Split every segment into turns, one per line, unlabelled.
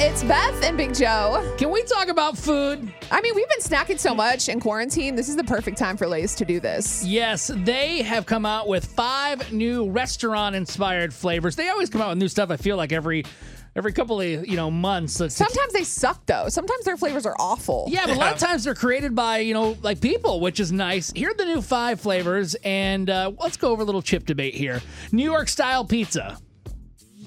It's Beth and Big Joe.
Can we talk about food?
I mean, we've been snacking so much in quarantine. This is the perfect time for Lay's to do this.
Yes, they have come out with five new restaurant inspired flavors. They always come out with new stuff. I feel like every every couple of you know months. Let's
Sometimes they suck though. Sometimes their flavors are awful.
yeah, but a lot of times they're created by you know like people, which is nice. Here are the new five flavors, and uh, let's go over a little chip debate here. New York style pizza.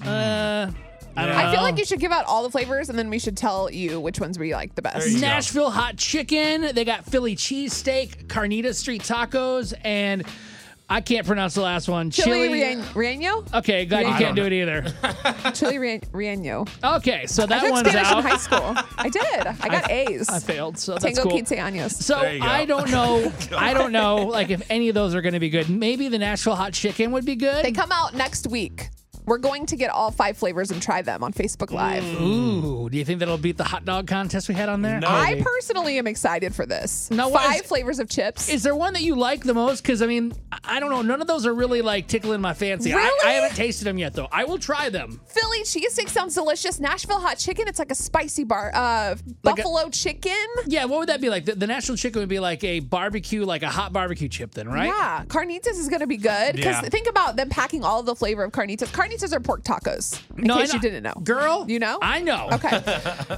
Uh, I don't know.
I feel like you should give out all the flavors and then we should tell you which ones we like the best.
you go.
Nashville hot chicken. They got Philly cheesesteak, Carnita Street tacos, and I can't pronounce the last one.
Chili rien- Rieno?
Okay, glad you
I
can't
don't
do it either.
Chili rien- Rieno.
Okay, so
I
that
took
one's
Spanish
out.
in high school. I did. I got A's.
I failed, so that's
Tango
cool.
quinceaños.
So
There you go.
I don't know. I don't know. Like if any of those are going to be good. Maybe the Nashville hot chicken would be good.
They come out next week. We're going to get all five flavors and try them on Facebook Live.
Ooh, do you think that'll beat the hot dog contest we had on there?
No.
I
Maybe.
personally am excited for this.
Now, what
five
is-
flavors of chips.
Is there one that you like the most? Because I mean, I- I don't know. None of those are really like tickling my fancy. I, I
Really?
haven't tasted them yet, though. I will try them.
Philly cheesesteak sounds delicious. Nashville hot chicken, it's like a spicy bar. Uh,
Like a-
buffalo chicken.
Yeah, what would that be like? The, the Nashville chicken would be like a barbecue, like a hot barbecue chip, then, right?
Yeah, carnitas is gonna be good because
Yeah.
think about them packing all of the flavor of carnitas. Carnitas are pork tacos. In
No, I
case you
know-
didn't know,
girl.
you know.
I know.
Okay,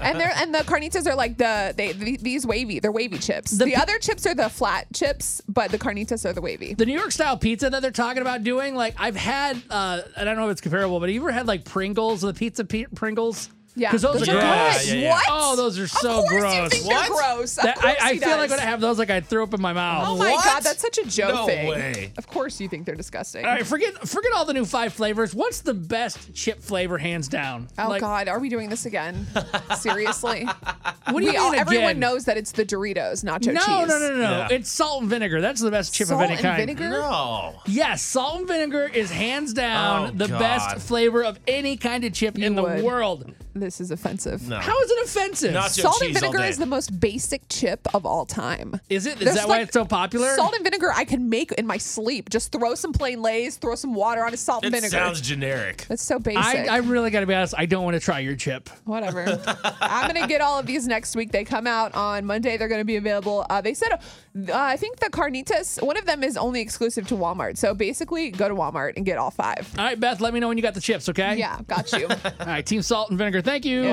and they're and the carnitas are like the they the, these wavy. They're wavy chips. The, other chips are the flat chips, but the carnitas are the wavy.
the New York style pizza that they're talking about doing, like I've had, uh, and I don't know if it's comparable, but have you ever had like Pringles, the pizza p- Pringles?
Yeah,
because those, are
are
gross.
good. Yeah, yeah, yeah.
What?
Oh, those are so
of course You
gross.
think
What?
They're gross. Of
That- I,
course
I
he
feel like
does.
when I have those, like I'd throw up in my mouth.
Oh my
What?
god, that's such a Joe
No
thing.
way.
Of course you think they're disgusting.
All right, forget forget all the new five flavors. What's the best chip flavor, hands down?
Oh
Like,
God, are we doing this again? Seriously,
What do you
We
mean
all-
again?
everyone knows that it's the Doritos, nacho
No,
cheese.
no, no, no, no.
Yeah.
It's salt and vinegar. That's the best chip
Salt
of any
and
kind.
vinegar.
No.
Yes, salt and vinegar is hands down
Oh,
the
God.
best flavor of any kind of chip in the
would.
world.
This is offensive.
No.
How is it offensive?
Nacho
Salt and
cheese all
vinegar
day.
is the most basic chip of all time.
Is it? Is
There's
that why
like
it's so popular?
Salt and vinegar I can make in my sleep. Just throw some plain lays, throw some water on a salt
It
and vinegar.
sounds generic.
That's so basic.
I, I really got to be honest. I don't want to try your chip.
Whatever. I'm gonna get all of these next week. They come out on Monday. They're gonna be available. Uh, they said, uh, I think the carnitas. One of them is only exclusive to Walmart. So basically, go to Walmart and get all five.
All right, Beth. Let me know when you got the chips. Okay.
Yeah, got you.
All right, Team Salt and Vinegar. Thank you.